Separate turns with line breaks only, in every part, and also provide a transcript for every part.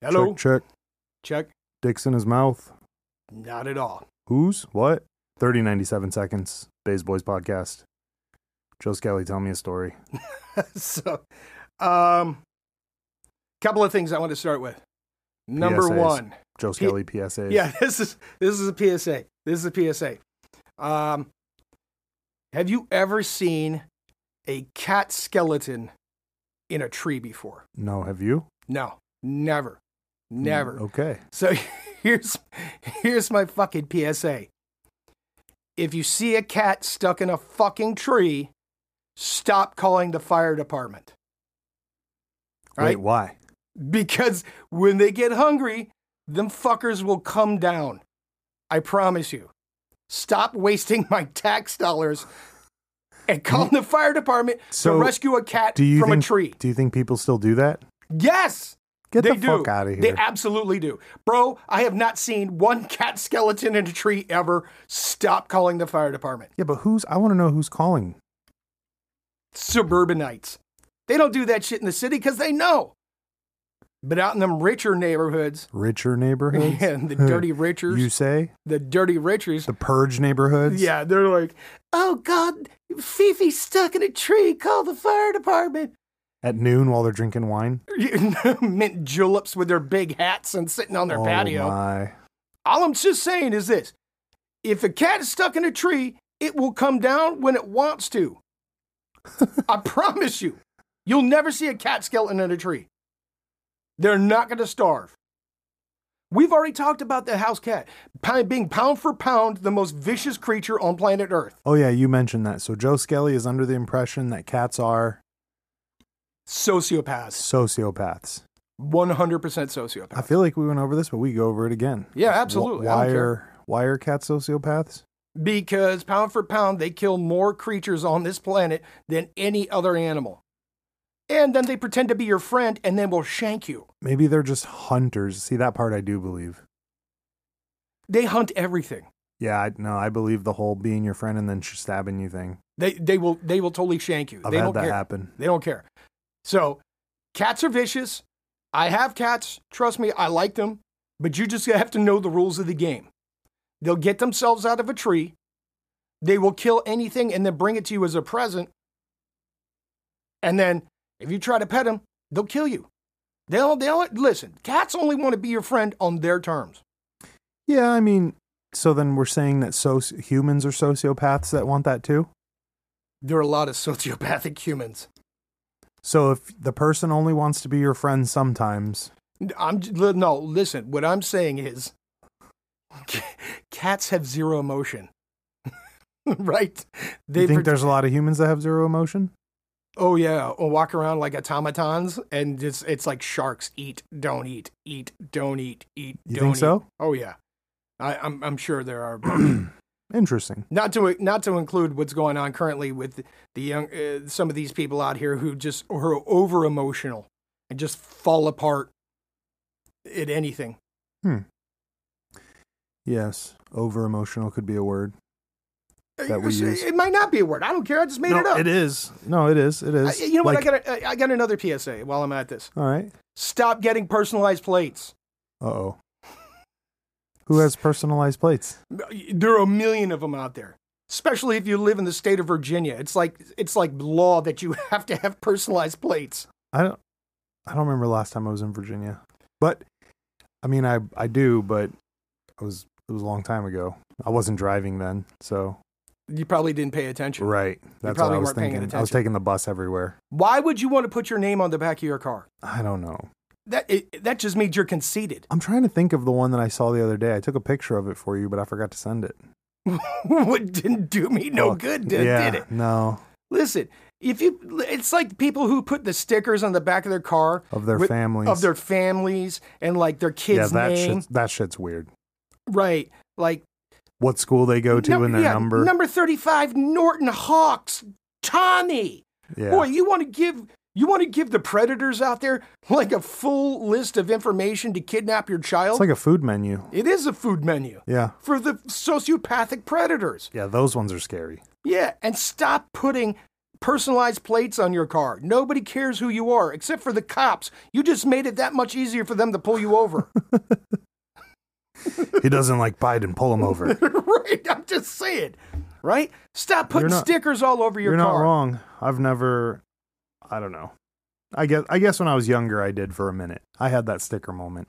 Hello.
Check,
Check.
check. Dicks in his mouth.
Not at all.
Who's what? 30, 97 seconds. Bays Boys podcast. Joe Skelly, tell me a story.
so, um, couple of things I want to start with. Number
PSAs.
one.
Joe Skelly, PSA.
Yeah, this is this is a PSA. This is a PSA. Um, have you ever seen a cat skeleton in a tree before?
No, have you? Mm,
No, never, never.
Okay.
So here's here's my fucking PSA. If you see a cat stuck in a fucking tree, stop calling the fire department.
Wait,
Right?
why?
Because when they get hungry, them fuckers will come down. I promise you. Stop wasting my tax dollars and call the fire department
So,
to rescue a cat
Do you
from
think,
a tree.
Do you think people still do that?
Yes.
Get
they
the
do.
fuck out of
They
here.
absolutely do. Bro, I have not seen one cat skeleton in a tree ever. Stop calling the fire department.
yeah, but who's? I want to know who's calling.
Suburbanites. They don't do that shit in the city because they know. But out in them richer neighborhoods,
Richer neighborhoods.
and the dirty richers,
You say
the dirty richers,
the purge neighborhoods?
yeah, they're like, oh God, Fifi's stuck in a tree. Call the fire department.
At noon while they're drinking wine.
Mint juleps with their big hats and sitting on their
oh
patio.
my!
All I'm just saying is this if a cat is stuck in a tree, it will come down when it wants to. I promise you, you'll never see a cat skeleton in a tree. They're not going to starve. We've already talked about the house cat pi- being pound for pound the most vicious creature on planet Earth.
Oh yeah, you mentioned that. So Joe Skelly is under the impression that cats are
Sociopaths.
sociopaths.
100% sociopaths.
I feel like we went over this, but we go over it again.
Yeah, absolutely.
Wh-
I
Why
don't care.
are why are cats sociopaths?
because pound for pound, they kill more creatures on this planet than any other animal. And then they pretend to be your friend and then will shank you.
Maybe they're just hunters. See that part I do believe.
They hunt everything.
Yeah, I, no, I believe the whole being your friend and then sh- stabbing you thing.
They, they will they will totally shank you.
I've
they
had
don't
that
care.
happen.
They don't care. So cats are vicious. I have cats. Trust me, I like them. But you just have to know the rules of the game. They'll get themselves out of a tree. They will kill anything and then bring it to you as a present. And then if you try to pet them, they'll kill you. They'll, they'll listen. Cats only want to be your friend on their terms.
Yeah, I mean, so then we're saying that soci- humans are sociopaths that want that too.
There are a lot of sociopathic humans.
So if the person only wants to be your friend sometimes,
I'm j- li- no. Listen, what I'm saying is, c- cats have zero emotion, right?
do you think
pret-
there's a lot of humans that have zero emotion?
oh yeah, or walk around like automatons, and it's it's like sharks: eat, don't eat, eat, don't eat, eat.
You
don't
think
eat.
so?
Oh yeah, I, I'm I'm sure there are.
Interesting.
not to not to include what's going on currently with the young uh, some of these people out here who just who are over emotional and just fall apart at anything.
Yes, over emotional could be a word. that we
It-
use.
It might not be a word. I don't care. I just made
no,
it up.
it is. No, it is. It
I-
is.
you know
Like-
what? I got a, I got another PSA while I'm at this.
All right.
Stop getting personalized plates.
Uh oh. Who has personalized plates?
There are a million of them out there. Especially if you live in the state of Virginia, it's like it's like law that you have to have personalized plates.
I don't. I don't remember last time I was in Virginia, but I mean, I I do, but I was it was a long time ago. I wasn't driving then, so
You probably didn't pay attention.
right. That's what
probably
I was
weren't paying
thinking. I was
attention.
taking the bus everywhere.
Why would you want to put your name on the back of your car?
I don't know.
That it, that just means you're conceited.
I'm trying to think of the one that I saw the other day. I took a picture of it for you, but I forgot to send it.
what didn't do me no
Oh,
good, did,
yeah,
did it?
No,
Listen, if you, it's like people who put the stickers on the back of their car
of their
with-
families.
of their families and like their
yeah,
kids'
that
name,
shit's, that shit's weird.
right? Like
What school they go to
num-
and their
yeah,
number.
number thirty-five, Norton Hawks, Tommy.
yeah.
Boy, you want to give you want to give the predators out there like a full list of information to kidnap your
it's
child.
like a food menu.
it is a food menu
Yeah.
for the sociopathic predators.
Yeah, those ones are scary.
Yeah, and stop putting personalized plates on your car. Nobody cares who you are except for the cops. You just made it that much easier for them to pull you over.
he doesn't like Biden. Pull him over.
right? I'm just saying. Right? Stop putting
not-
stickers all over your
You're
car.
not wrong. I've never. I don't know. I guess. I guess when I was younger, I did for a minute. I had that sticker moment.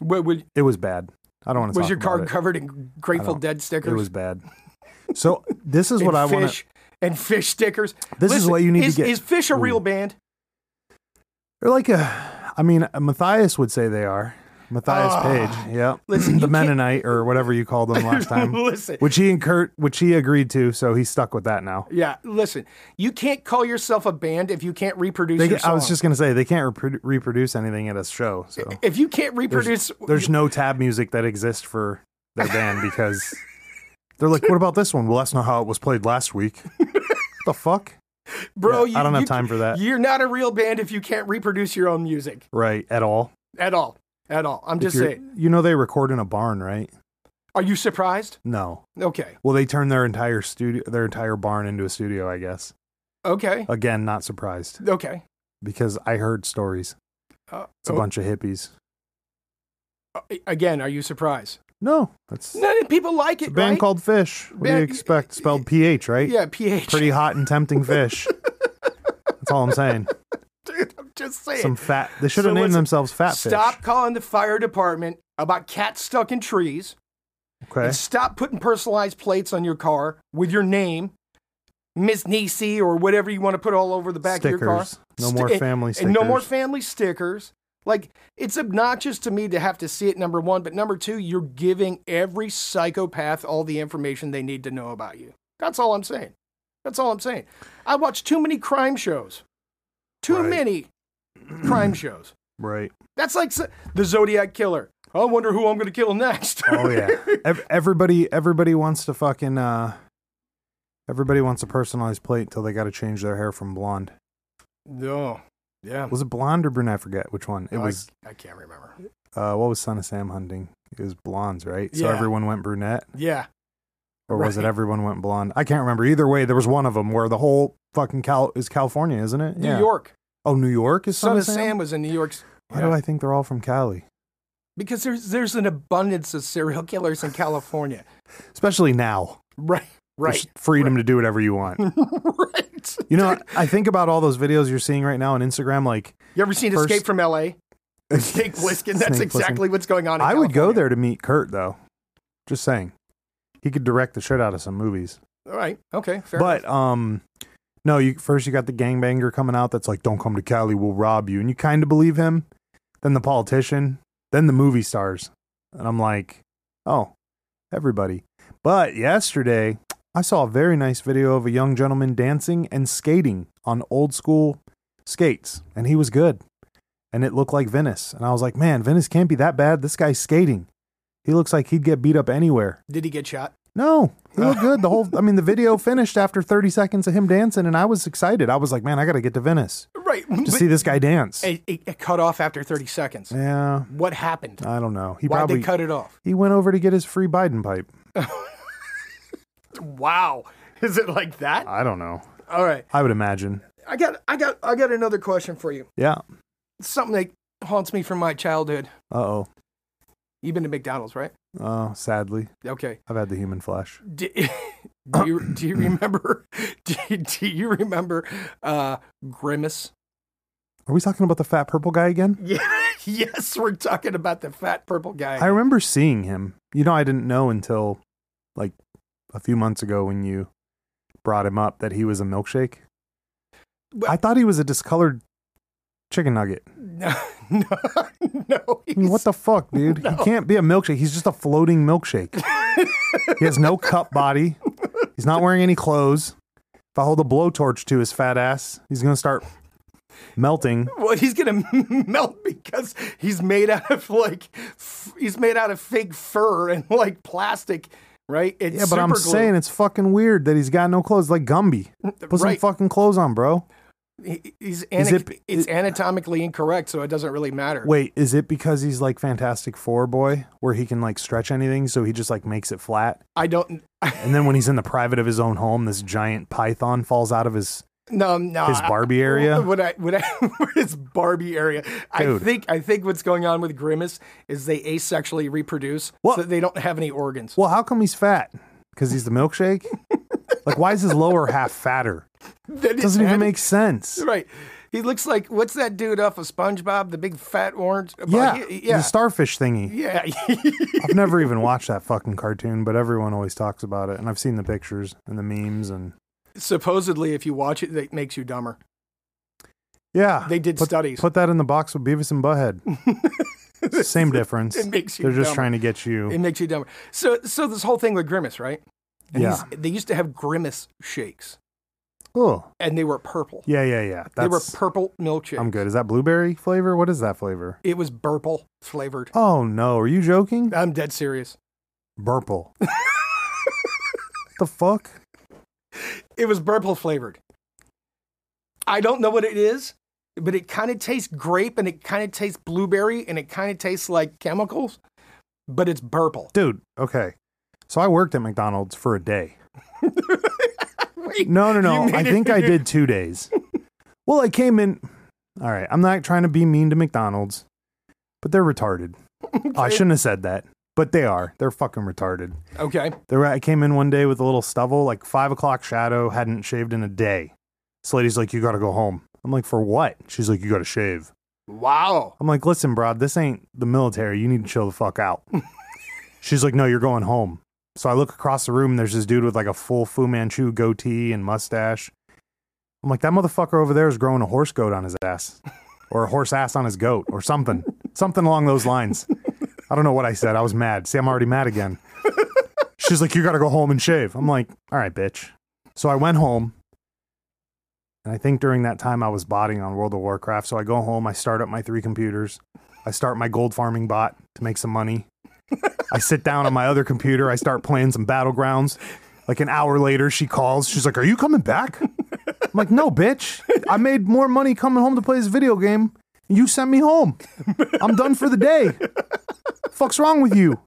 Wa- wa-
It was bad. I don't want to.
was your car
about it.
covered in Grateful
don't-
Dead stickers?
It was bad. So this is
and
what I want.
fish and fish stickers.
This is
Listen,
what you need
is,
to get.
Is Fish a real
Ooh.
band?
They're like a. I mean, uh, Matthias would say they are. Matthias
Ah.
Page. Yeah.
Listen,
the
you can't-
Mennonite or whatever you called them last time,
listen.
which he incurred, which he agreed to, so he's stuck with that now.
yeah, listen. You can't call yourself a band if you can't reproduce
They,
your
I was
song.
just gonna say they can't reprodu- reproduce anything at a show. So
if you can't reproduce
there's no tab music that exists for their band because they're like, what about this one? Well, that's not how it was played last week. the fuck,
bro,
Yeah,
Oh, you,
I don't
you,
have time for that.
You're not a real band if you can't reproduce your own music
right at all.
at all. At all. I'm
If
just
you're-
saying.
You know they record in a barn, right?
Are you surprised?
No.
Okay.
Well, they turned their entire studio, their entire barn into a studio. I guess.
Okay.
Again, not surprised
Okay.
because I heard stories.
Uh,
It's a
oh,
bunch of hippies.
uh, again, are you surprised?
No, that's
No, people like
a
it,
band
right?
called Fish. What do you
Band-
expect? Spelled PH, right?
yeah, PH.
Pretty hot and tempting fish. that's all I'm saying.
Dude, I'm just saying.
Some fat. They should have
So
named
listen,
themselves Fat
stop calling the fire department about cats stuck in trees
Fish. Okay.
and stop putting personalized plates on your car with your name, Miss Niecy, or whatever you want to put all over the back of your car.
Stickers. No more
Sti-
family
and
stickers.
eh, no more family stickers. Like it's obnoxious to me to have to see it number 1, but number 2, you're giving every psychopath all the information they need to know about you. That's all I'm saying. That's all I'm saying. I watch too many crime shows. Too
Right.
many crime shows.
right.
That's like s- the Zodiac killer. I wonder who I'm going to kill next.
Oh yeah. Ev- everybody. Everybody wants to fucking. uh Everybody wants a personalized plate until they got to change their hair from blonde.
no. Yeah.
Was it blonde or brunette? I forget which one. It
I-
was.
I, can't remember.
uh What was Son of Sam hunting? It was blondes, right? So
Yeah.
everyone went brunette.
Yeah.
or was it
Right.
everyone went blonde? I can't remember. Either way, there was one of them where the whole fucking Cal is California, isn't it?
New York.
Oh, New York is
Son of
Sam.
Sam, was in New York.
Why do I think they're all from Cali?
Because there's there's an abundance of serial killers in California.
Especially now,
right.
There's
Right.
freedom to do whatever you want.
right.
you know, I think about all those videos you're seeing right now on Instagram. Like,
You ever seen
First-
Escape from L.A.? Snake Plissken. That's
Snake Plissken.
exactly what's going on. In
I would go
California.
there to meet Kurt, though. Just saying, he could direct the shit out of some movies.
All right. Okay. Fair.
but um, no, you first you got the gangbanger coming out that's like, "Don't come to Cali, we'll rob you," and you kind of believe him. Then the politician, then the movie stars, and I'm like, "Oh, everybody." But yesterday, I saw a very nice video of a young gentleman dancing and skating on old school skates, and he was good. And it looked like Venice, and I was like, "Man, Venice can't be that bad. This guy's skating. He looks like he'd get beat up anywhere."
Did he get shot?
No, he looked good. The whole, I mean, the video finished after 30 seconds of him dancing, and I was excited. I was like, man, I got to get to Venice
Right.
to see this guy dance.
it, it, it cut off after 30 seconds.
Yeah,
What happened?
I don't know. He
Why'd
probably
they cut it off?
he went over to get his free Biden pipe.
Wow. Is it like that?
I don't know.
Uh, All right.
I would imagine.
I got I got I got another question for you.
Yeah.
Something that haunts me from my childhood.
Uh oh.
You've been to McDonald's, right?
Oh, sadly,
Okay.
I've had the human flesh.
Do, do you do you remember do, you- do you remember uh Grimace?
Are we talking about the fat purple guy again?
Yeah. Yes, we're talking about the fat purple guy.
I remember seeing him. You know, I didn't know until like a few months ago when you brought him up that he was a milkshake.
Well-
I thought he was a discolored chicken nugget.
no, no, no.
I mean, what the fuck, dude?
No.
He can't be a milkshake. He's just a floating milkshake. he has no cup body. He's not wearing any clothes. If I hold a blowtorch to his fat ass, he's gonna start melting.
Well, he's gonna melt because he's made out of like f- he's made out of fake fur and like plastic, right? It's
Yeah, but I'm
super glue.
saying it's fucking weird that he's got no clothes, like Gumby. Put some
Right.
fucking clothes on, bro.
He- he's
Is
ana-
it-
it's anatomically incorrect, so it doesn't really matter.
Wait, is it because he's like Fantastic Four boy, where he can like stretch anything, so he just like makes it flat?
I don't.
And then when he's in the private of his own home, this giant python falls out of his
No, no.
His
I-
Barbie area?
What I what I his Barbie area. I
Dude.
think I think what's going on with Grimace is they asexually reproduce,
What?
so they don't have any organs.
Well, how come he's fat? Because he's the milkshake? like, why is his lower half fatter?
That is-
Doesn't even make sense.
right. He looks like what's that dude off of SpongeBob? The big fat orange.
Yeah,
he- yeah,
the starfish thingy.
yeah.
I've never even watched that fucking cartoon, but everyone always talks about it, and I've seen the pictures and the memes, and
Supposedly, if you watch it, it makes you dumber.
yeah,
They did
put,
studies.
Put that in the box with Beavis and Butthead. Same difference.
It makes you
They're just
dumber.
trying to get you.
It makes you dumber. So, so this whole thing with Grimace, right? And
Yeah.
he's- They used to have Grimace shakes,
oh,
and they were purple.
yeah, yeah, yeah.
they were
That's
purple milkshakes.
I'm good. Is that blueberry flavor? What is that flavor?
It was purple flavored.
Oh no, are you joking?
I'm dead serious.
Burple. the fuck?
It was purple flavored. I don't know what it is, but it kind of tastes grape and it kind of tastes blueberry and it kind of tastes like chemicals, but it's purple.
dude okay so i worked at mcdonald's for a day
Wait,
no no
you
no
made
i
it-
think i did two days well i came in all right i'm not trying to be mean to mcdonald's but they're retarded i shouldn't have said that but they are they're fucking retarded
Okay.
they were, i came in one day with a little stubble like five o'clock shadow hadn't shaved in a day this lady's like you gotta go home i'm like for what she's like you gotta shave
Wow.
I'm like, listen, broad, this ain't the military. You need to chill the fuck out. She's like, no, you're going home. So I look across the room. There's this dude with like a full Fu Manchu goatee and mustache. I'm like, that motherfucker over there is growing a horse goat on his ass or a horse ass on his goat or something, something along those lines. I don't know what I said. I was mad. See, I'm already mad again. She's like, you got to go home and shave. I'm like, all right, bitch. So I went home. And I think during that time I was botting on World of Warcraft. So I go home, I start up my three computers, I start my gold farming bot to make some money. I sit down on my other computer, I start playing some battlegrounds. Like an hour later, she calls. She's like, Are you coming back? I'm like, No, bitch. I made more money coming home to play this video game. You sent me home. I'm done for the day. Fuck's wrong with you?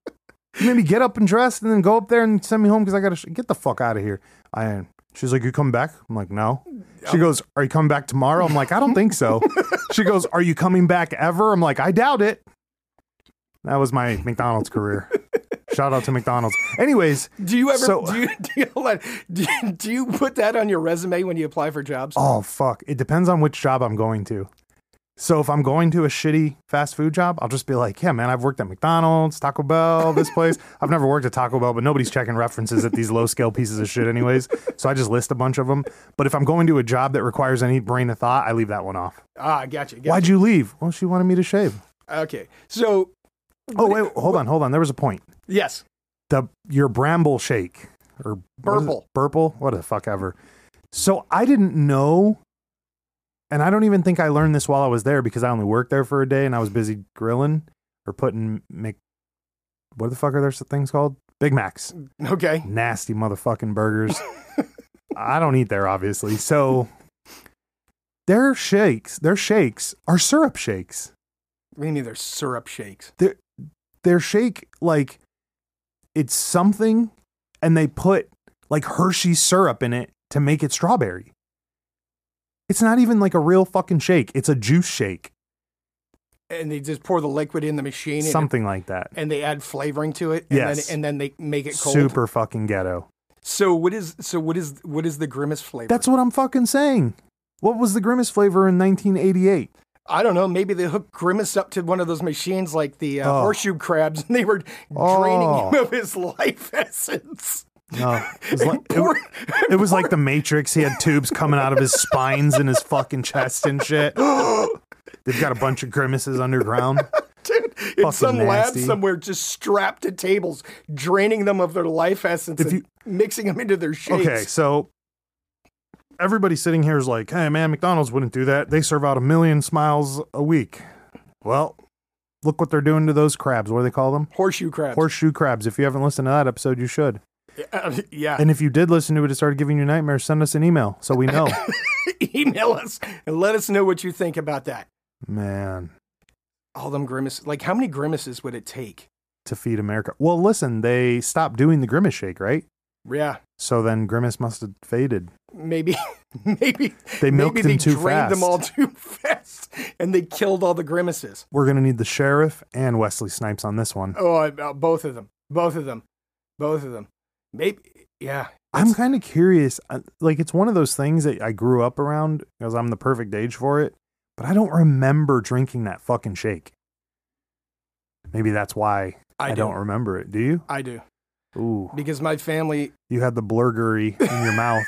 You made me get up and dress and then go up there and send me home because I gotta sh- get the fuck out of here. I she's like, you come back? I'm like, no. She goes, are you coming back tomorrow? I'm like, I don't think so. she goes, are you coming back ever? I'm like, I doubt it. That was my McDonald's career. Shout out to McDonald's. Anyways,
Do you ever
So-
do you do you, hold on. do you do you put that on your resume when you apply for jobs?
oh fuck, it depends on which job I'm going to. So if I'm going to a shitty fast food job, I'll just be like, yeah, man, I've worked at McDonald's, Taco Bell, this place. I've never worked at Taco Bell, but nobody's checking references at these low scale pieces of shit, anyways. So I just list a bunch of them. But if I'm going to a job that requires any brain of thought, I leave that one off.
Ah, gotcha. gotcha.
Why'd you leave? Well, she wanted me to shave.
Okay. So
Oh wait, hold on, hold on. There was a point.
yes,
the your bramble shake or
Burple.
burple what the fuck ever so i didn't know and i don't even think i learned this while i was there because i only worked there for a day and i was busy grilling or putting mc what the fuck are those things called big macs
okay.
nasty motherfucking burgers i don't eat there obviously so their shakes their shakes are syrup shakes
We need their syrup shakes.
their shake like it's something and they put like Hershey syrup in it to make it strawberry. It's not even like a real fucking shake. It's a juice shake.
and they just pour the liquid in the machine and-
Something like that.
and, they add flavoring to it and
Yes.
then and then they make it cold.
Super fucking ghetto.
So what is so what is what is the grimace flavor?
That's what I'm fucking saying. What was the grimace flavor in 1988?
I don't know, maybe they hooked Grimace up to one of those machines like the uh,
Oh.
horseshoe crabs and they were
Oh.
draining him of his life essence.
No, it was like, it,
Poor-
it was like the Matrix. He had tubes coming out of his spines and his fucking chest and shit. They've got a bunch of grimaces underground.
Dude, in some lab
nasty.
somewhere just strapped to tables, draining them of their life essence
If
and mixing them into their shakes.
Okay, so everybody sitting here is like, hey, man, McDonald's wouldn't do that. They serve out a million smiles a week. Well, look what they're doing to those crabs. What do they call them?
Horseshoe crabs.
Horseshoe crabs. If you haven't listened to that episode, you should.
Uh, yeah.
And if you did listen to it, it started giving you nightmares. Send us an email so we know.
Email us and let us know what you think about that.
man,
all them grimaces. Like, how many grimaces would it take?
to feed America. Well, listen, they stopped doing the Grimace Shake, right?
Yeah.
So then Grimace must have faded.
Maybe, maybe
They milked
maybe
them too
drained them
fast.
all too fast, and they killed all the grimaces.
We're gonna need the sheriff and Wesley Snipes on this one.
Oh, I- uh, both of them, both of them, both of them. Maybe, yeah.
I'm kind of curious. I- Like, it's one of those things that I grew up around because I'm the perfect age for it, but I don't remember drinking that fucking shake. Maybe that's why I,
do.
don't remember it. Do you?
I do
Ooh,
because my family.
you had the blurgery in your mouth,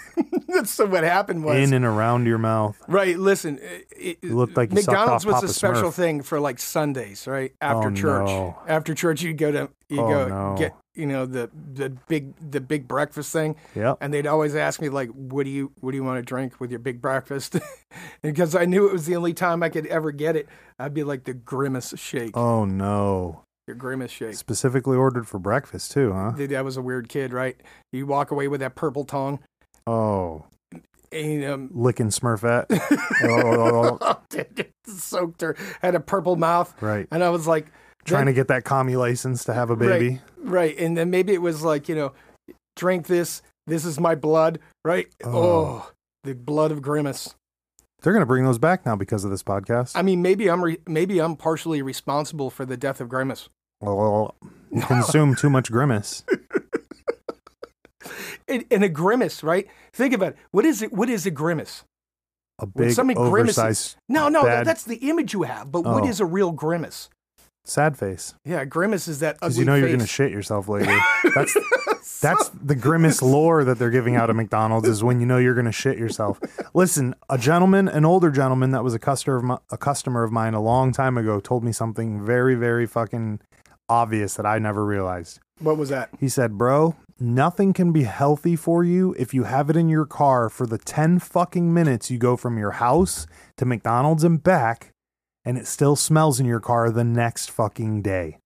that's so what happened was
in and around your mouth.
Right. Listen, it, it,
It looked like you sucked
McDonald's
off
was
Papa
a special
Smurf.
thing for like Sundays, right after
Oh,
church.
no.
After church, you go to you
Oh,
go
no.
get you know the the big the big breakfast thing,
Yep.
and they'd always ask me like, "What do you what do you want to drink with your big breakfast?" because I knew it was the only time I could ever get it. I'd be like the grimace shake,
Oh no.
your grimace shake.
Specifically ordered for breakfast too, huh?
Dude, I was a weird kid, right? You walk away with that purple tongue,
Oh,
and um,
licking Smurfette. Oh,
dude, it soaked her. Had a purple mouth.
right.
And I was like,
Trying to get that commie license to have a baby.
right. And then maybe it was like, you know, drink this. This is my blood, right? Oh,
Oh.
the blood of grimace.
They're gonna bring those back now because of this podcast.
I mean, maybe I'm re- maybe I'm partially responsible for the death of grimace.
Well, you consume too much grimace.
And, and a grimace, right? Think about it. What is it? What is a grimace?
A
When
big
somebody grimaces-
oversized
No, no,
Bad-
that's the image you have. But what
Oh.
is a real grimace?
sad face
Yeah, a grimace is that
because
ugly
you know you're gonna
face.
shit yourself later. That's that's the grimace lore that they're giving out at McDonald's is when you know you're gonna shit yourself. Listen, a gentleman, an older gentleman that was a customer of my, a customer of mine a long time ago, told me something very very fucking obvious that I never realized.
what was that?
He said, Bro, nothing can be healthy for you if you have it in your car for the 10 fucking minutes you go from your house to McDonald's and back, and it still smells in your car the next fucking day.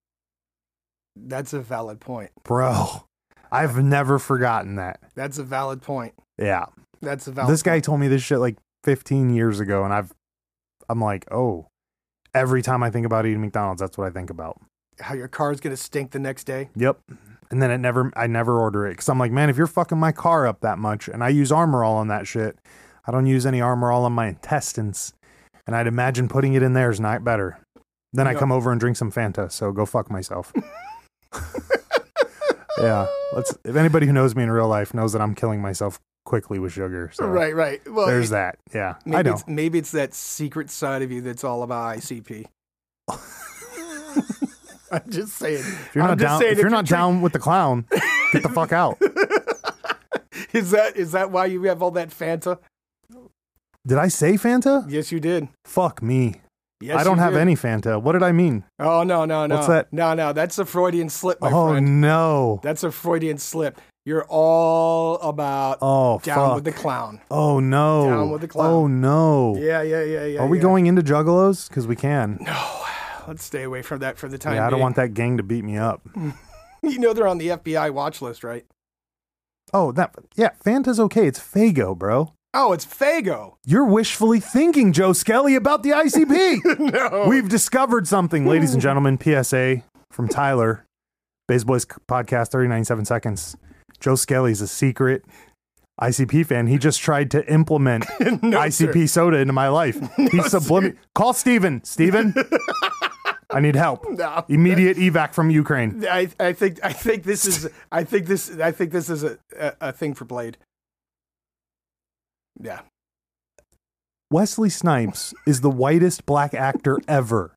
That's a valid point.
Bro, I've never forgotten that.
That's a valid point.
Yeah.
That's a valid.
This guy told me this shit like 15 years ago, and I've, I'm like, oh, every time I think about eating McDonald's, that's what I think about.
how your car's gonna stink the next day.
Yep. And then it never, I never order it because I'm like, man, if you're fucking my car up that much, and I use Armor All on that shit, I don't use any Armor All on my intestines, and I'd imagine putting it in there is not better. Then I
No.
come over and drink some Fanta, so go fuck myself. yeah, let's. If anybody who knows me in real life knows that I'm killing myself quickly with sugar, so
Right, right. Well, it-
there's that. Yeah,
Maybe
I know.
It's, maybe it's that secret side of you that's all about ICP. I'm just saying.
If you're not
I'm just
down,
saying
if you're not
drink-
down with the clown, get the fuck out.
is that is that why you have all that Fanta?
Did I say Fanta?
Yes, you did.
Fuck me.
Yes,
I don't
you
have
did.
any Fanta. What did I mean?
Oh no, no, no.
What's that?
No, no. That's a Freudian slip, my
oh
friend.
no.
That's a Freudian slip. You're all about
Oh
down
fuck.
with the clown.
oh no.
Down with the clown.
Oh no.
Yeah, yeah, yeah, yeah.
Are we
yeah.
going into Juggalos? Because we can.
No, let's stay away from that for the time.
Yeah, I don't
being.
want that gang to beat me up.
You know they're on the FBI watch list, right?
Oh, that yeah, Fanta's okay. It's Fago, bro.
Oh, it's Fago.
You're wishfully thinking, Joe Skelly, about the ICP.
No.
We've discovered something, ladies and gentlemen. PSA from Tyler, Bays Boys Podcast, 397 seconds. Joe Skelly's a secret ICP fan. He just tried to implement
no, sir.
ICP soda into my life. He's subliminal. Call Steven. Steven, I need help.
No.
Immediate evac from Ukraine.
I, I think I think this is I think this I think this is a, a, a thing for Blade. Yeah.
Wesley Snipes is the whitest black actor ever.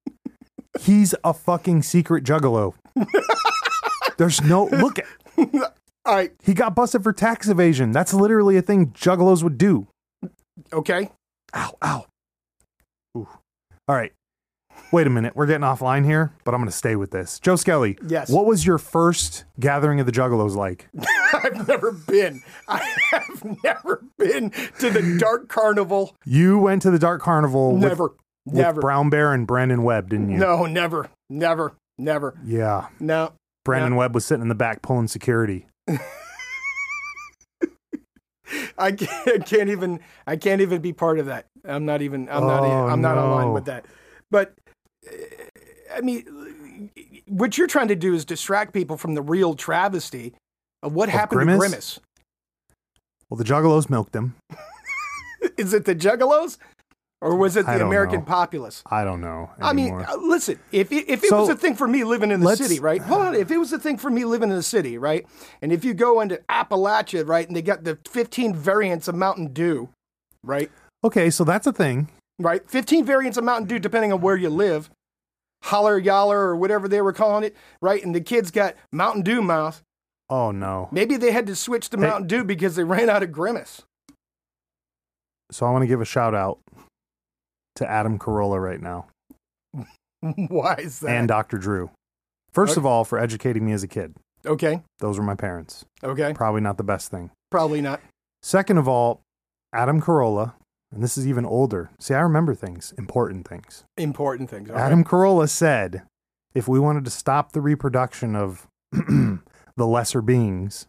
He's a fucking secret juggalo. There's no look. at-
All right.
He got busted for tax evasion. That's literally a thing juggalos would do.
Okay.
Ow, ow. Ooh. All right. Wait a minute. We're getting offline here, but I'm going to stay with this. Joe Skelly.
Yes.
What was your first gathering of the Juggalos like?
I've never been. I have never been to the Dark Carnival.
You went to the Dark Carnival with,
Never.
with
never.
Brown Bear and Brandon Webb, didn't you?
No. Never. Never. Never.
Yeah.
No.
Brandon Webb was sitting in the back pulling security.
I can't, I can't even I can't even be part of that. I'm not even I'm not
Oh,
I'm not
no.
online with that. But uh, I mean what you're trying to do is distract people from the real travesty of what happened
Grimace?
to Grimace.
Well, the Juggalos milked him.
Is it the Juggalos or was it
I
the
don't
American
know.
populace?
I don't know.
I mean,
anymore.
uh, listen, if it, if it
So,
was a thing for me living in the
let's-
city, right? Hold on. If it was a thing for me living in the city, right? And if you go into Appalachia, right, and they got the 15 variants of Mountain Dew, right?
okay, so that's a thing.
Right? 15 variants of Mountain Dew, depending on where you live. Holler, yaller, or whatever they were calling it, right? And the kids got Mountain Dew mouth.
Oh no.
Maybe they had to switch to
Hey.
Mountain Dew because they ran out of Grimace.
So I want to give a shout out to Adam Carolla right now
Why is that?
and Dr. Drew. First
Okay.
of all, for educating me as a kid.
okay.
Those were my parents.
Okay.
Probably not the best thing.
Probably not.
Second of all, Adam Carolla, and this is even older. See, I remember things, important things.
Important things. all right.
Adam Carolla said if we wanted to stop the reproduction of the lesser beings,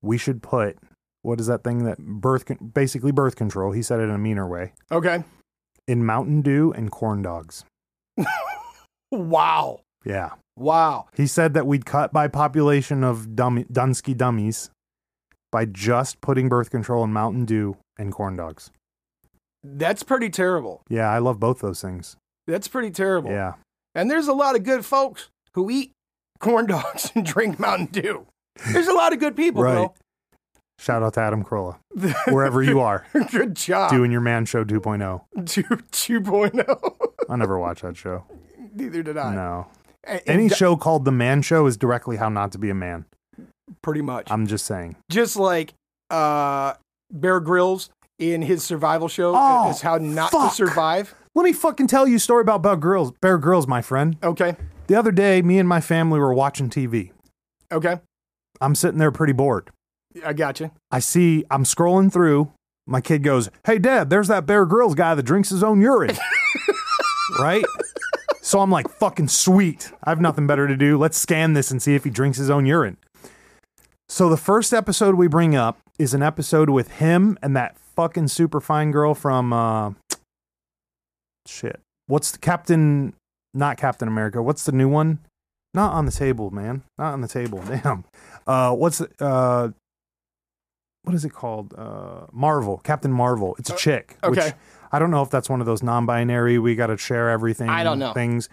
we should put what is that thing that birth con- basically birth control. He said it in a meaner way.
Okay.
In Mountain Dew and corn dogs.
Wow.
Yeah.
Wow.
He said that we'd cut by population of dummy, Dunsky dummies by just putting birth control in Mountain Dew and corn dogs.
That's pretty terrible.
Yeah, I love both those things.
That's pretty terrible.
Yeah.
And there's a lot of good folks who eat corn dogs and drink Mountain Dew. There's a lot of good people,
Right. Shout out to Adam Carolla,
bro.
wherever you are,
good job.
doing your man show 2.0.
2, 2.0.
I'll never watch that show.
oh. Neither did I.
No.
A-
Any
and d-
show called The Man Show is directly how not to be a man.
pretty much.
I'm just saying.
Just like uh, Bear Grylls in his survival show
Oh,
is how not
fuck.
to survive.
Let me fucking tell you a story about Bear Grylls, Bear Grylls, my friend.
Okay.
The other day, me and my family were watching TV.
Okay.
I'm sitting there pretty bored.
I got you.
I see, I'm scrolling through. My kid goes, Hey, Dad, there's that Bear Grylls guy that drinks his own urine. right? So I'm like, fucking sweet. I have nothing better to do. Let's scan this and see if he drinks his own urine. So the first episode we bring up is an episode with him and that fucking super fine girl from, uh, shit. What's the Captain, not Captain America. What's the new one? Not on the table, man. Not on the table. Damn. Uh, what's, the- uh, what is it called? Uh, Marvel, Captain Marvel. It's a chick.
okay.
I don't know if that's one of those non-binary. We got to share everything.
I don't know.
things.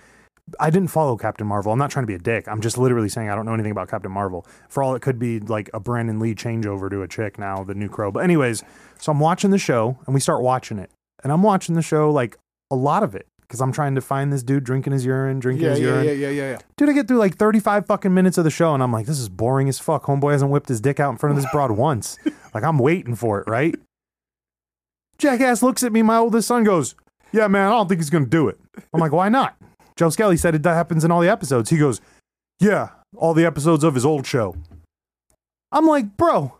I didn't follow Captain Marvel. I'm not trying to be a dick. I'm just literally saying I don't know anything about Captain Marvel. For all it could be like a Brandon Lee changeover to a chick now, the new crow. But anyways, so I'm watching the show and we start watching it, and I'm watching the show like a lot of it because I'm trying to find this dude drinking his urine, drinking
Yeah,
his
yeah,
urine.
yeah, yeah, yeah, yeah.
Dude, I get through like 35 fucking minutes of the show and I'm like, this is boring as fuck. Homeboy hasn't whipped his dick out in front of this broad once. Like, I'm waiting for it, right? Jackass looks at me. My oldest son goes, Yeah, man, I don't think he's going to do it. I'm like, Why not? Joe Skelly said it happens in all the episodes. He goes, Yeah, all the episodes of his old show. I'm like, Bro,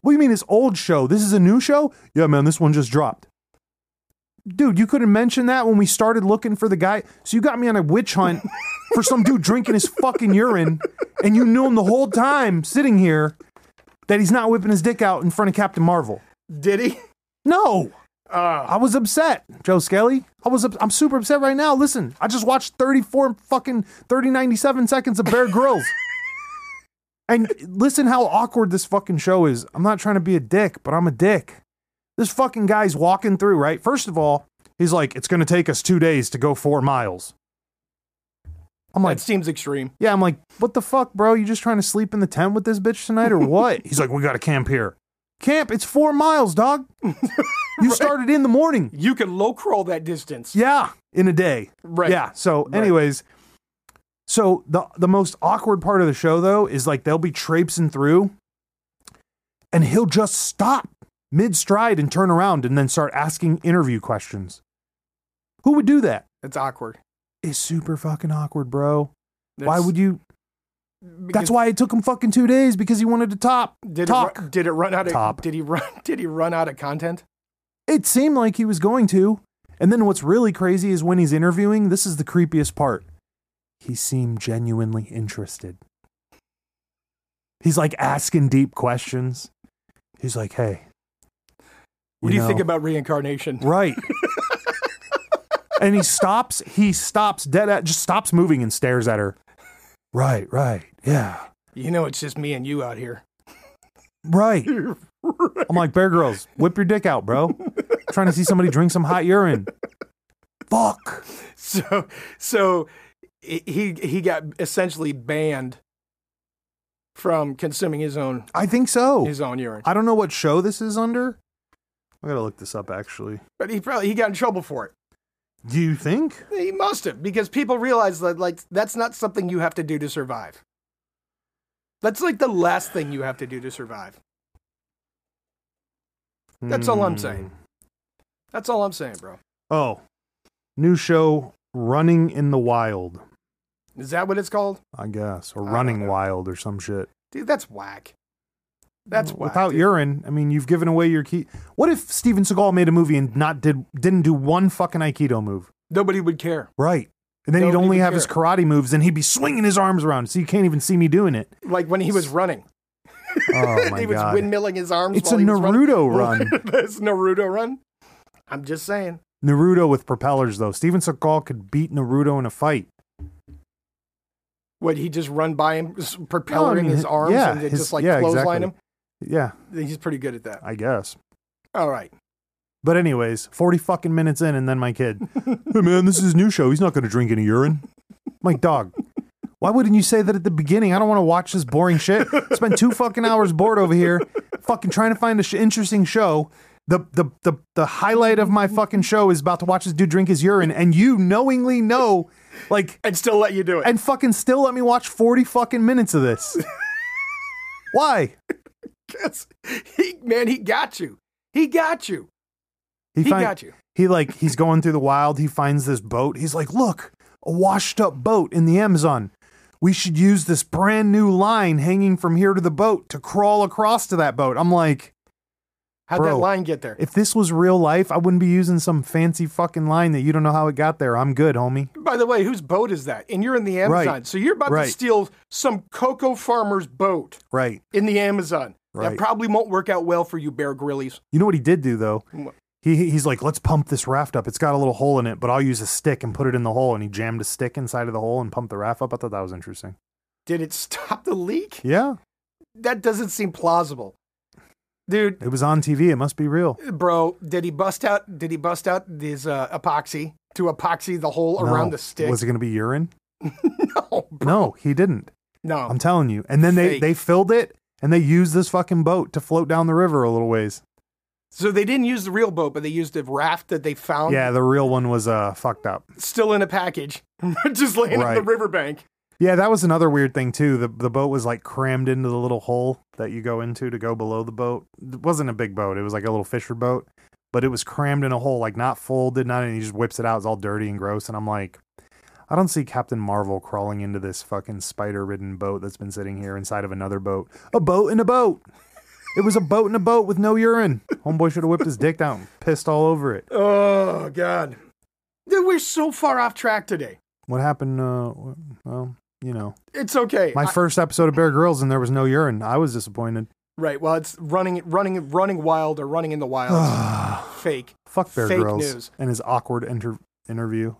what do you mean his old show? This is a new show? Yeah, man, this one just dropped. Dude, you couldn't mention that when we started looking for the guy. So you got me on a witch hunt for some dude drinking his fucking urine, and you knew him the whole time sitting here that he's not whipping his dick out in front of Captain Marvel.
Did he?
No,
Uh,
I was upset, Joe Skelly. I was up, I'm super upset right now. Listen, I just watched 34 fucking 30 97 seconds of Bear Grylls. and listen how awkward this fucking show is. I'm not trying to be a dick, but I'm a dick. This fucking guy's walking through, right? First of all, he's like, it's going to take us two days to go four miles. I'm like,
that seems extreme.
yeah, I'm like, what the fuck, bro? You just trying to sleep in the tent with this bitch tonight or what? He's like, we got to camp here. Camp, it's four miles, dog. You started in the morning.
You can low crawl that distance.
Yeah, in a day.
Right.
Yeah. So, anyways, so the the most awkward part of the show though is like they'll be traipsing through, and he'll just stop mid stride and turn around and then start asking interview questions. Who would do that?
That's awkward.
It's super fucking awkward, bro.
That's,
Why would you?
because-
That's why it took him fucking two days because he wanted to top
Did
talk.
It, ru- did it run out of
Top.
did he run did he run out of content?
it seemed like he was going to. And then what's really crazy is when he's interviewing, this is the creepiest part. He seemed genuinely interested. He's like asking deep questions. He's like, hey.
What do you think
know-
about reincarnation?
Right. and he stops, he stops dead at just stops moving and stares at her. Right, right. Yeah.
You know it's just me and you out here.
Right. I'm like, Bear Girls, whip your dick out, bro. trying to see somebody drink some hot urine. Fuck.
So so he he got essentially banned from consuming his own
I think so.
his own urine.
I don't know what show this is under. I gotta look this up actually.
But he probably he got in trouble for it.
Do you think?
He must have because people realize that like that's not something you have to do to survive. That's like the last thing you have to do to survive. That's all I'm
Hmm.
saying. That's all I'm saying, bro.
Oh. New show Running in the Wild,
Is that what it's called?
I guess. Or
I don't
Running
know.
Wild or some shit.
Dude, that's whack. That's whack.
without
dude.
urine. I mean, you've given away your key. What if Steven Seagal made a movie and not did didn't do one fucking Aikido move?
nobody would care.
Right. And then he'd
Nobody
only
would
have his
care.
karate moves and he'd be swinging his arms around so you can't even see me doing it.
Like when he was running.
Oh my
he was
god.
windmilling his arms.
It's a
while he was running.
Naruto run.
That's Naruto run. I'm just saying.
Naruto with propellers though. Steven Seagal could beat Naruto in a fight.
Would he just run by him, s- propelling
mean,
his
hi-
arms
yeah,
and then
his-
just like
yeah,
clothesline
exactly. Yeah,
him? He's pretty good at that.
I guess.
All right.
But anyways, 40 fucking minutes in and then my kid. hey man, this is his new show. He's not going to drink any urine. My dog. Why wouldn't you say that at the beginning? I don't want to watch this boring shit. Spend two fucking hours bored over here, fucking trying to find a sh- interesting show. The, the the the highlight of my fucking show is about to watch this dude drink his urine, and you knowingly know, like,
And still let you do it.
and fucking still let me watch forty fucking minutes of this. Why?
Yes. he, man, he got you. He got you. He,
find-
got you.
he like he's going through the wild he finds this boat he's like look a washed up boat in the amazon we should use this brand new line hanging from here to the boat to crawl across to that boat i'm like
How'd that
Bro.
line get there?
if this was real life i wouldn't be using some fancy fucking line that you don't know how it got there i'm good homie
By the way, whose boat is that? And you're in the
Right.
Amazon. So you're about
Right.
to steal some cocoa farmer's boat
right
in the Amazon.
Right.
That probably won't work out well for you, Bear Grylls.
you know what he did do though
What?
he, he's like let's pump this raft up it's got a little hole in it but i'll use a stick and put it in the hole and he jammed a stick inside of the hole and pumped the raft up i thought that was interesting
Did it stop the leak?
yeah
That doesn't seem plausible. Dude,
it was on tv it must be real
bro, did he bust out did he bust out his uh, epoxy to epoxy the hole around
No.
the stick?
was it going to be urine
no,
No, he didn't.
no.
I'm telling you. And then they,
Fake.
they filled it and they used this fucking boat to float down the river a little ways.
so they didn't use the real boat, but they used a raft that they found
Yeah, the real one was uh fucked up.
still in a package, just laying on the
Right.
riverbank.
Yeah, that was another weird thing too. The the boat was like crammed into the little hole that you go into to go below the boat. It wasn't a big boat. It was like a little fisher boat, but it was crammed in a hole, like not folded, not and he just whips it out. It's all dirty and gross. And I'm like, I don't see Captain Marvel crawling into this fucking spider ridden boat that's been sitting here inside of another boat. A boat in a boat. It was a boat in a boat with no urine. Homeboy should have whipped his dick out and pissed all over it.
Oh God, dude, we're so far off track today.
What happened? Uh, well, you know,
It's okay.
my
I-
first episode of Bear Grylls and there was no urine. I was disappointed.
right. Well, it's running, running, running wild or running in the wild. Fake.
Fuck Bear
Fake
Grylls
news.
and his awkward inter- interview.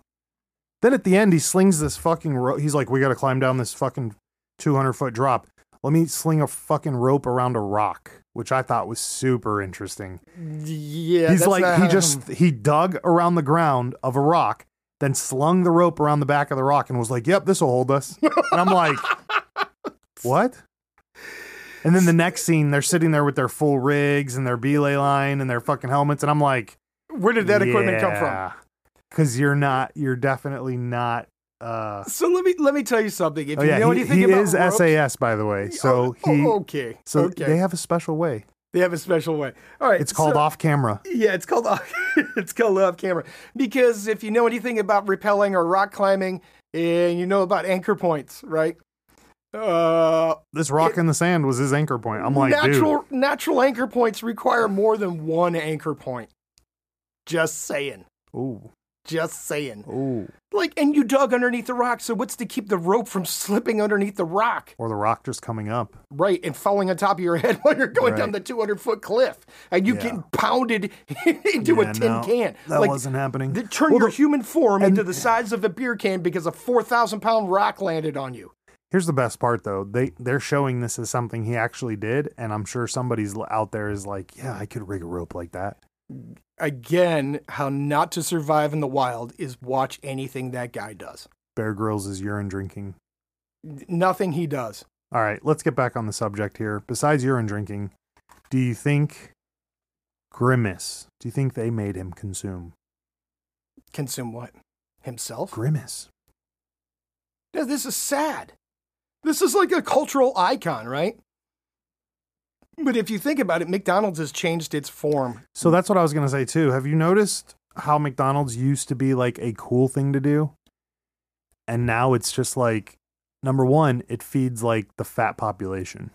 Then at the end, he slings this fucking rope. He's like, "We got to climb down this fucking two hundred foot drop. Let me sling a fucking rope around a rock," which I thought was super interesting.
Yeah.
He's
that's
like,
not
he
how-
just he dug around the ground of a rock, then slung the rope around the back of the rock and was like, "Yep, this will hold us." and I'm like, "What?" And then the next scene, they're sitting there with their full rigs and their belay line and their fucking helmets, and I'm like.
Where did that equipment come from?
Because you're not, you're definitely not. Uh,
So let me let me tell you something. If
oh
you
yeah,
know
he,
anything
he
about
is
ropes-
SAS by the way. So
Oh,
he,
oh, okay.
so
okay.
they have a special way.
They have a special way. All right.
It's called
so-
off camera.
Yeah, it's called off, it's called off camera because if you know anything about rappelling or rock climbing, and you know about anchor points, right? Uh,
This rock in the sand was his anchor point. I'm like,
natural
dude,
natural anchor points require more than one anchor point. Just saying.
ooh,
Just saying.
ooh,
Like, and you dug underneath the rock, so what's to keep the rope from slipping underneath the rock,
or the rock just coming up.
right, and falling on top of your head while you're going down the
Right.
200 foot cliff, and you
Yeah.
getting pounded into
Yeah,
a tin
no,
can?
That
like,
wasn't happening.
They turn
Well,
your
the-
human form into the size of a beer can because a 4,000 pound rock landed on you.
Here's the best part though. They they're showing this as something he actually did and I'm sure somebody's l- out there is like, "Yeah, I could rig a rope like that."
Again, how not to survive in the wild is watch anything that guy does.
Bear Grylls is urine drinking.
N- Nothing he does.
All right, let's get back on the subject here. Besides urine drinking, do you think Grimace, do you think they made him consume?
Consume what? Himself?
Grimace.
Yeah, this is sad. This is like a cultural icon, right? But if you think about it, McDonald's has changed its form.
So that's what I was going to say too. Have you noticed how McDonald's used to be like a cool thing to do? And now it's just like number 1, it feeds like the fat population,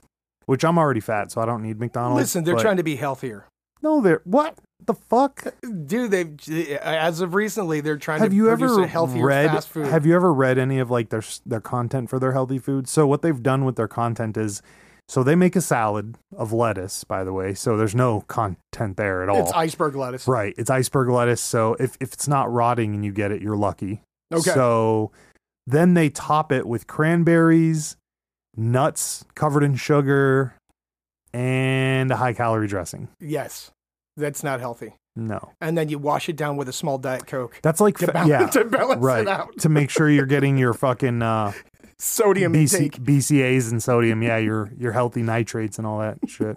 which I'm already fat, so I don't need McDonald's.
Listen, they're
but-
trying to be healthier.
No, they're what? The fuck?
Dude, they've as of recently, they're trying
have
to
you
produce
ever
a healthier
read
fast food.
have you ever read any of like their s- their content for their healthy food so what they've done with their content is so they make a salad of lettuce by the way so there's no content there at all. Right?
it's iceberg lettuce.
it's iceberg lettuce so if, if it's not rotting and you get it you're lucky
Okay.
so then they top it with cranberries nuts covered in sugar and a high calorie dressing
yes. That's not healthy.
no
And then you wash it down with a small Diet Coke
that's like
to,
fa-
balance,
yeah
to balance
right
it out.
to make sure you're getting your fucking uh
Sodium
BC,
intake.
BCAs and sodium. Yeah, your your healthy nitrates and all that shit.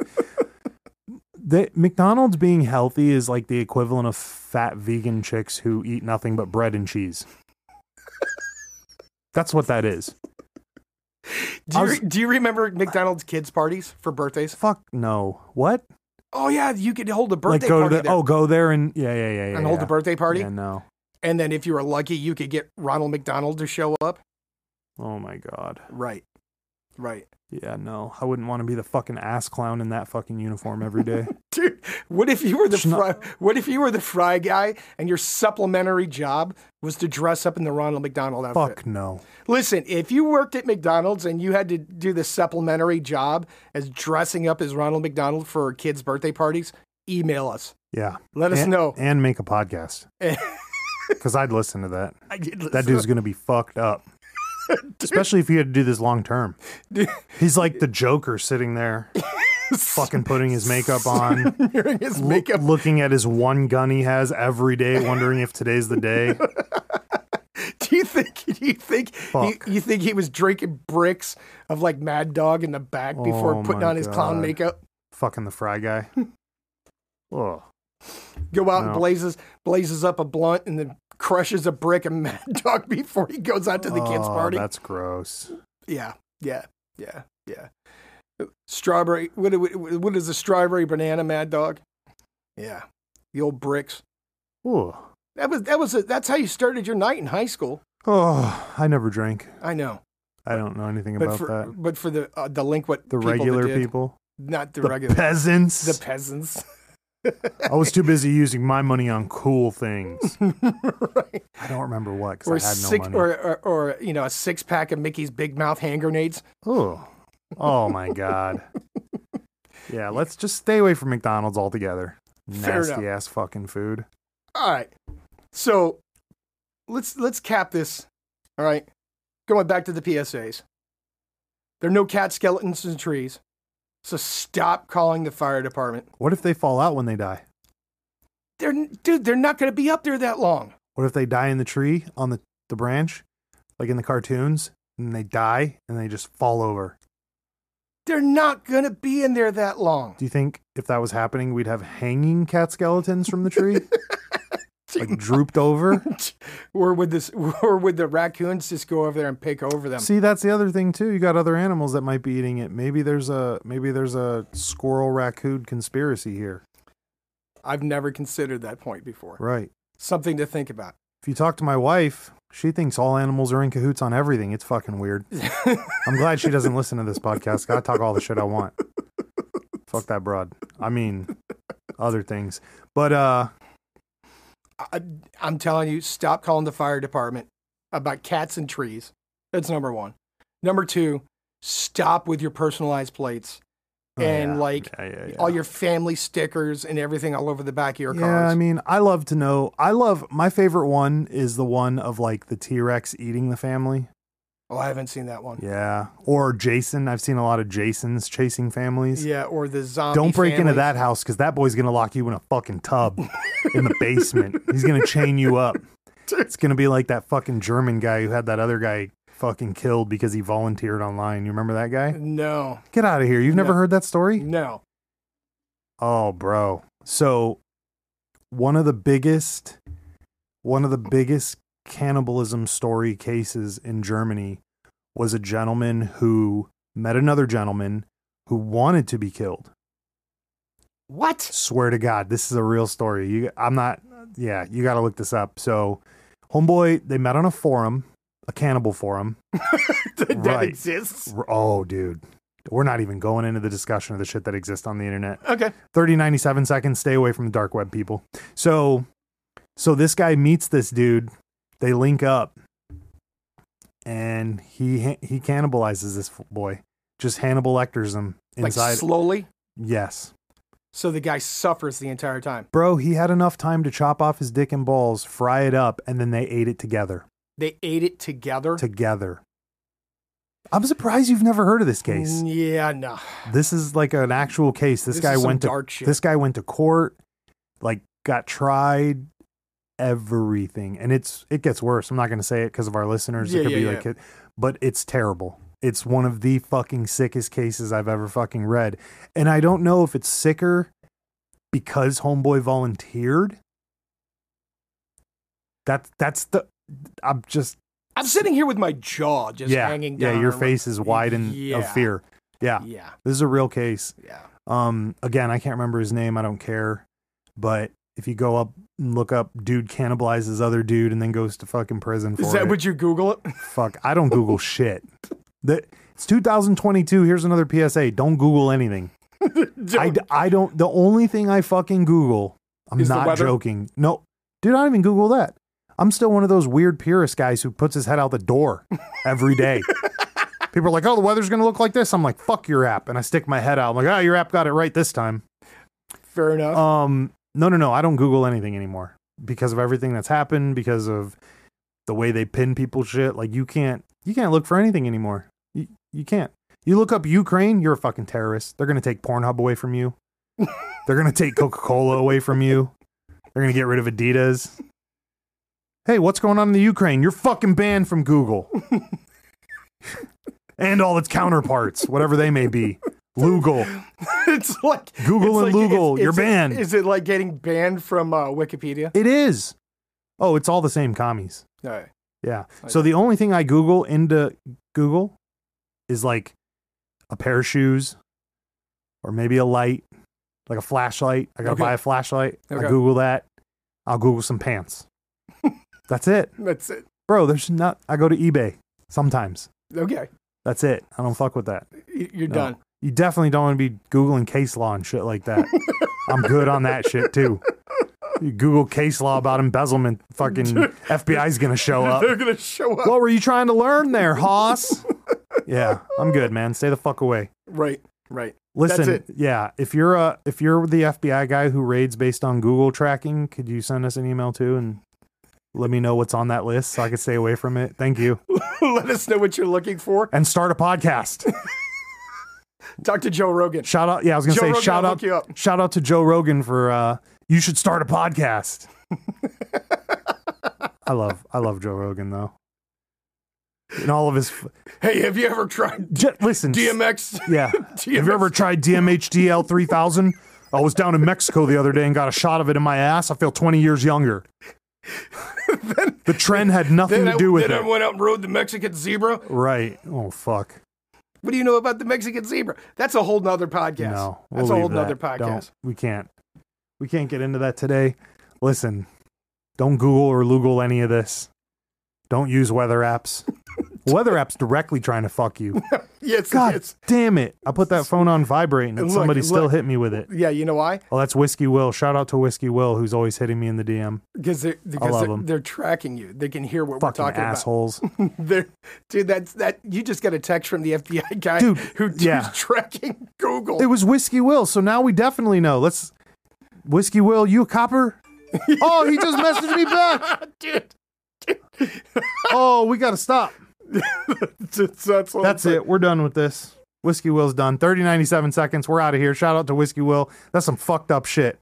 The McDonald's being healthy is like the equivalent of fat vegan chicks who eat nothing but bread and cheese. That's what that is.
Do you,
I was-
do you remember McDonald's kids' parties for birthdays?
Fuck no. What?
Oh, yeah. You could hold a birthday
like go
party
to the,
there.
oh go there and yeah yeah yeah yeah
and hold
yeah.
a birthday party.
Yeah, no.
And then if you were lucky, you could get Ronald McDonald to show up.
Oh my god.
Right. Right.
Yeah no. I wouldn't want to be the fucking ass clown in that fucking uniform every day.
Dude, what if you were the
It's not-
fry, what if you were the fry guy and your supplementary job was to dress up in the Ronald McDonald outfit?
Fuck no.
Listen, if you worked at McDonald's and you had to do the supplementary job as dressing up as Ronald McDonald for kids' birthday parties, email us.
Yeah.
Let us
and,
know.
and make a podcast because I'd listen to that.
I did
That
listen.
dude's gonna be fucked up. Especially if you had to do this long term.
Dude.
He's like the Joker sitting there, fucking putting his makeup on,
Smearing his
loo-
makeup.
looking at his one gun he has every day, wondering if today's the day.
Do you think? Do you think? You,
Fuck.
you think he was drinking bricks of like Mad Dog in the back before
Oh
putting
my
on his clown
God.
makeup?
fucking the fry guy. Oh,
Go out and
No.
blazes blazes up a blunt and then crushes a brick of Mad Dog before he goes out to the kids'
oh,
party.
That's gross.
Yeah, yeah, yeah, yeah. Strawberry. What, what, what is a strawberry banana Mad Dog? Yeah, the old bricks.
Ooh.
That was that was a, that's how you started your night in high school.
Oh, I never drank.
I know,
I don't know anything
but
about
for
that.
but for the uh, delinquent
The
people that
regular
did,
people,
not the,
the
regular
peasants.
the peasants.
I was too busy using my money on cool things.
right.
I don't remember what because
Or
I had no
six,
money.
or, or or you know, a six pack of Mickey's Big Mouth hand grenades.
Oh, oh my God. Yeah, let's just stay away from McDonald's altogether.
Fair
Nasty ass fucking food.
All right, so let's let's cap this. All right, going back to the PSAs. There are no cat skeletons in trees, so stop calling the fire department.
What if they fall out when they die?
They're dude, they're not going to be up there that long.
What if they die in the tree on the, the branch, like in the cartoons, and they die and they just fall over?
They're not going to be in there that long.
Do you think if that was happening, we'd have hanging cat skeletons from the tree? like drooped over?
or would this, or would the raccoons just go over there and pick over them?
See, that's the other thing too. You got other animals that might be eating it. Maybe there's a maybe there's a squirrel raccoon conspiracy here.
I've never considered that point before.
Right.
Something to think about.
If you talk to my wife, she thinks all animals are in cahoots on everything. It's fucking weird. I'm glad she doesn't listen to this podcast. 'cause I talk all the shit I want. Fuck that broad. I mean, other things. But uh,
I, I'm telling you, stop calling the fire department about cats and trees. That's number one. Number two, stop with your personalized plates and
Oh, yeah.
like
Yeah, yeah, yeah.
all your family stickers and everything all over the back of your
yeah,
cars.
I mean, I love to know. I love my favorite one is the one of like the T Rex eating the family.
Oh, I haven't seen that one.
Yeah. Or Jason. I've seen a lot of Jasons chasing families.
Yeah, or the zombie.
Don't break
family.
into that house because that boy's going to lock you in a fucking tub in the basement. He's going to chain you up. It's going to be like that fucking German guy who had that other guy fucking killed because he volunteered online. You remember that guy?
No,
Get out of here. You've never
No.
heard that story?
no.
Oh, bro. So one of the biggest one of the biggest cannibalism story cases in Germany was a gentleman who met another gentleman who wanted to be killed.
What?
Swear to God, this is a real story. You I'm not yeah, you got to look this up. So homeboy, they met on a forum, a cannibal forum.
that
Right.
exists?
Oh, dude. We're not even going into the discussion of the shit that exists on the internet.
Okay.
30 97 seconds stay away from the dark web people so so this guy meets this dude they link up and he he cannibalizes this f- boy just hannibal lecters him
Like
inside
slowly,
yes
so the guy suffers the entire time.
bro he had enough time to chop off his dick and balls fry it up and then they ate it together
They ate it together.
together i'm surprised you've never heard of this case
Mm, Yeah, no.
this is like an actual case this,
Mm. This
guy
is some
went to
dark shit.
this guy went to court like got tried everything and it's it gets worse i'm not going to say it because of our listeners
Yeah,
it could
yeah,
be
yeah.
like it but it's terrible it's one of the fucking sickest cases i've ever fucking read and i don't know if it's sicker because homeboy volunteered that's that's the i'm just
I'm sitting here with my jaw just
yeah
hanging down.
yeah your
I'm
face is wide in
Yeah.
of fear yeah
like, Yeah,
this is a real case
yeah.
um, again, I can't remember his name. I don't care. But if you go up and look up, dude cannibalizes other dude and then goes to fucking prison for
Is that
it.
what you Google it?
Fuck, I don't Google shit. That it's 2022. Here's another PSA. Don't Google anything. I, d- I don't. The only thing I fucking Google. I'm
Is the
not
weather?
joking. No, dude, I don't even Google that. I'm still one of those weird purist guys who puts his head out the door every day. People are like, "Oh, the weather's gonna look like this." I'm like, "Fuck your app," and I stick my head out. I'm like, "Oh, your app got it right this time."
Fair enough.
Um, no, no, no. I don't Google anything anymore because of everything that's happened, because of the way they pin people shit. Like you can't, you can't look for anything anymore. You, you can't. You look up Ukraine, you're a fucking terrorist. They're gonna take Pornhub away from you. They're gonna take Coca Cola away from you. They're gonna get rid of Adidas. Hey, what's going on in the Ukraine? You're fucking banned from Google. and all its counterparts, whatever they may be. Lugal.
it's like
Google
it's
and
like-
Lugal,
it's-
you're
it's-
banned.
Is it like getting banned from uh, Wikipedia?
It is. Oh, it's all the same commies.
All right.
Yeah.
Like-
So the only thing I Google into Google is like a pair of shoes or maybe a light, like a flashlight. I got to
Okay.
buy a flashlight.
Okay.
I Google that. I'll Google some pants. That's it.
That's it.
Bro, there's not, I go to eBay sometimes.
Okay,
That's it. I don't fuck with that.
Y- you're
No.
done.
You definitely don't want to be Googling case law and shit like that. I'm good on that shit too. You Google case law about embezzlement, fucking FBI's gonna show up.
They're gonna show up.
What were you trying to learn there, Hoss? Yeah, I'm good, man. Stay the fuck away.
Right, right.
Listen,
That's
yeah, if you're a if you're the FBI guy who raids based on Google tracking, could you send us an email too and let me know what's on that list so I could stay away from it? Thank you.
Let us know what you're looking for.
And start a podcast.
Talk to Joe Rogan.
Shout out, yeah, I was gonna
Joe
say
Rogan,
shout
I'll
out
hook you up.
Shout out to Joe Rogan for uh, you should start a podcast. I love I love Joe Rogan though. And all of his
Hey, have you ever tried
J- listen.
DMX?
yeah. Have you ever tried DMHDL 3000? I was down in Mexico the other day and got a shot of it in my ass. I feel 20 years younger. the trend had nothing
Then,
to
I,
do with
then
it.
I went out and rode the Mexican zebra.
right. Oh fuck.
What do you know about the Mexican zebra? That's a whole nother podcast.
No. we'll
That's a
leave
whole
that.
nother podcast.
Don't- we can't. We can't get into that today. Listen, don't Google or Google any of this. Don't use weather apps. weather apps directly trying to fuck you.
Yes,
God
yes.
damn it. I put that phone on vibrate and
Look,
somebody still
look.
hit me with it.
Yeah, you know why?
Oh, that's Whiskey Will. Shout out to Whiskey Will, who's always hitting me in the DM.
Because they're because
love
they're,
'em.
they're tracking you. They can hear what
Fucking
we're talking
assholes.
about. They're, dude, that's that. You just got a text from the FBI guy
Dude,
who,
yeah.
who's tracking Google.
it was Whiskey Will, so now we definitely know. Let's Whiskey Will, you a copper? oh, he just messaged me back.
dude,
Oh, we gotta stop.
that's that's, all
That's
I'm
it. We're done with this. Whiskey Will's done. 30, 97 seconds. We're out of here. Shout out to Whiskey Will. That's some fucked up shit.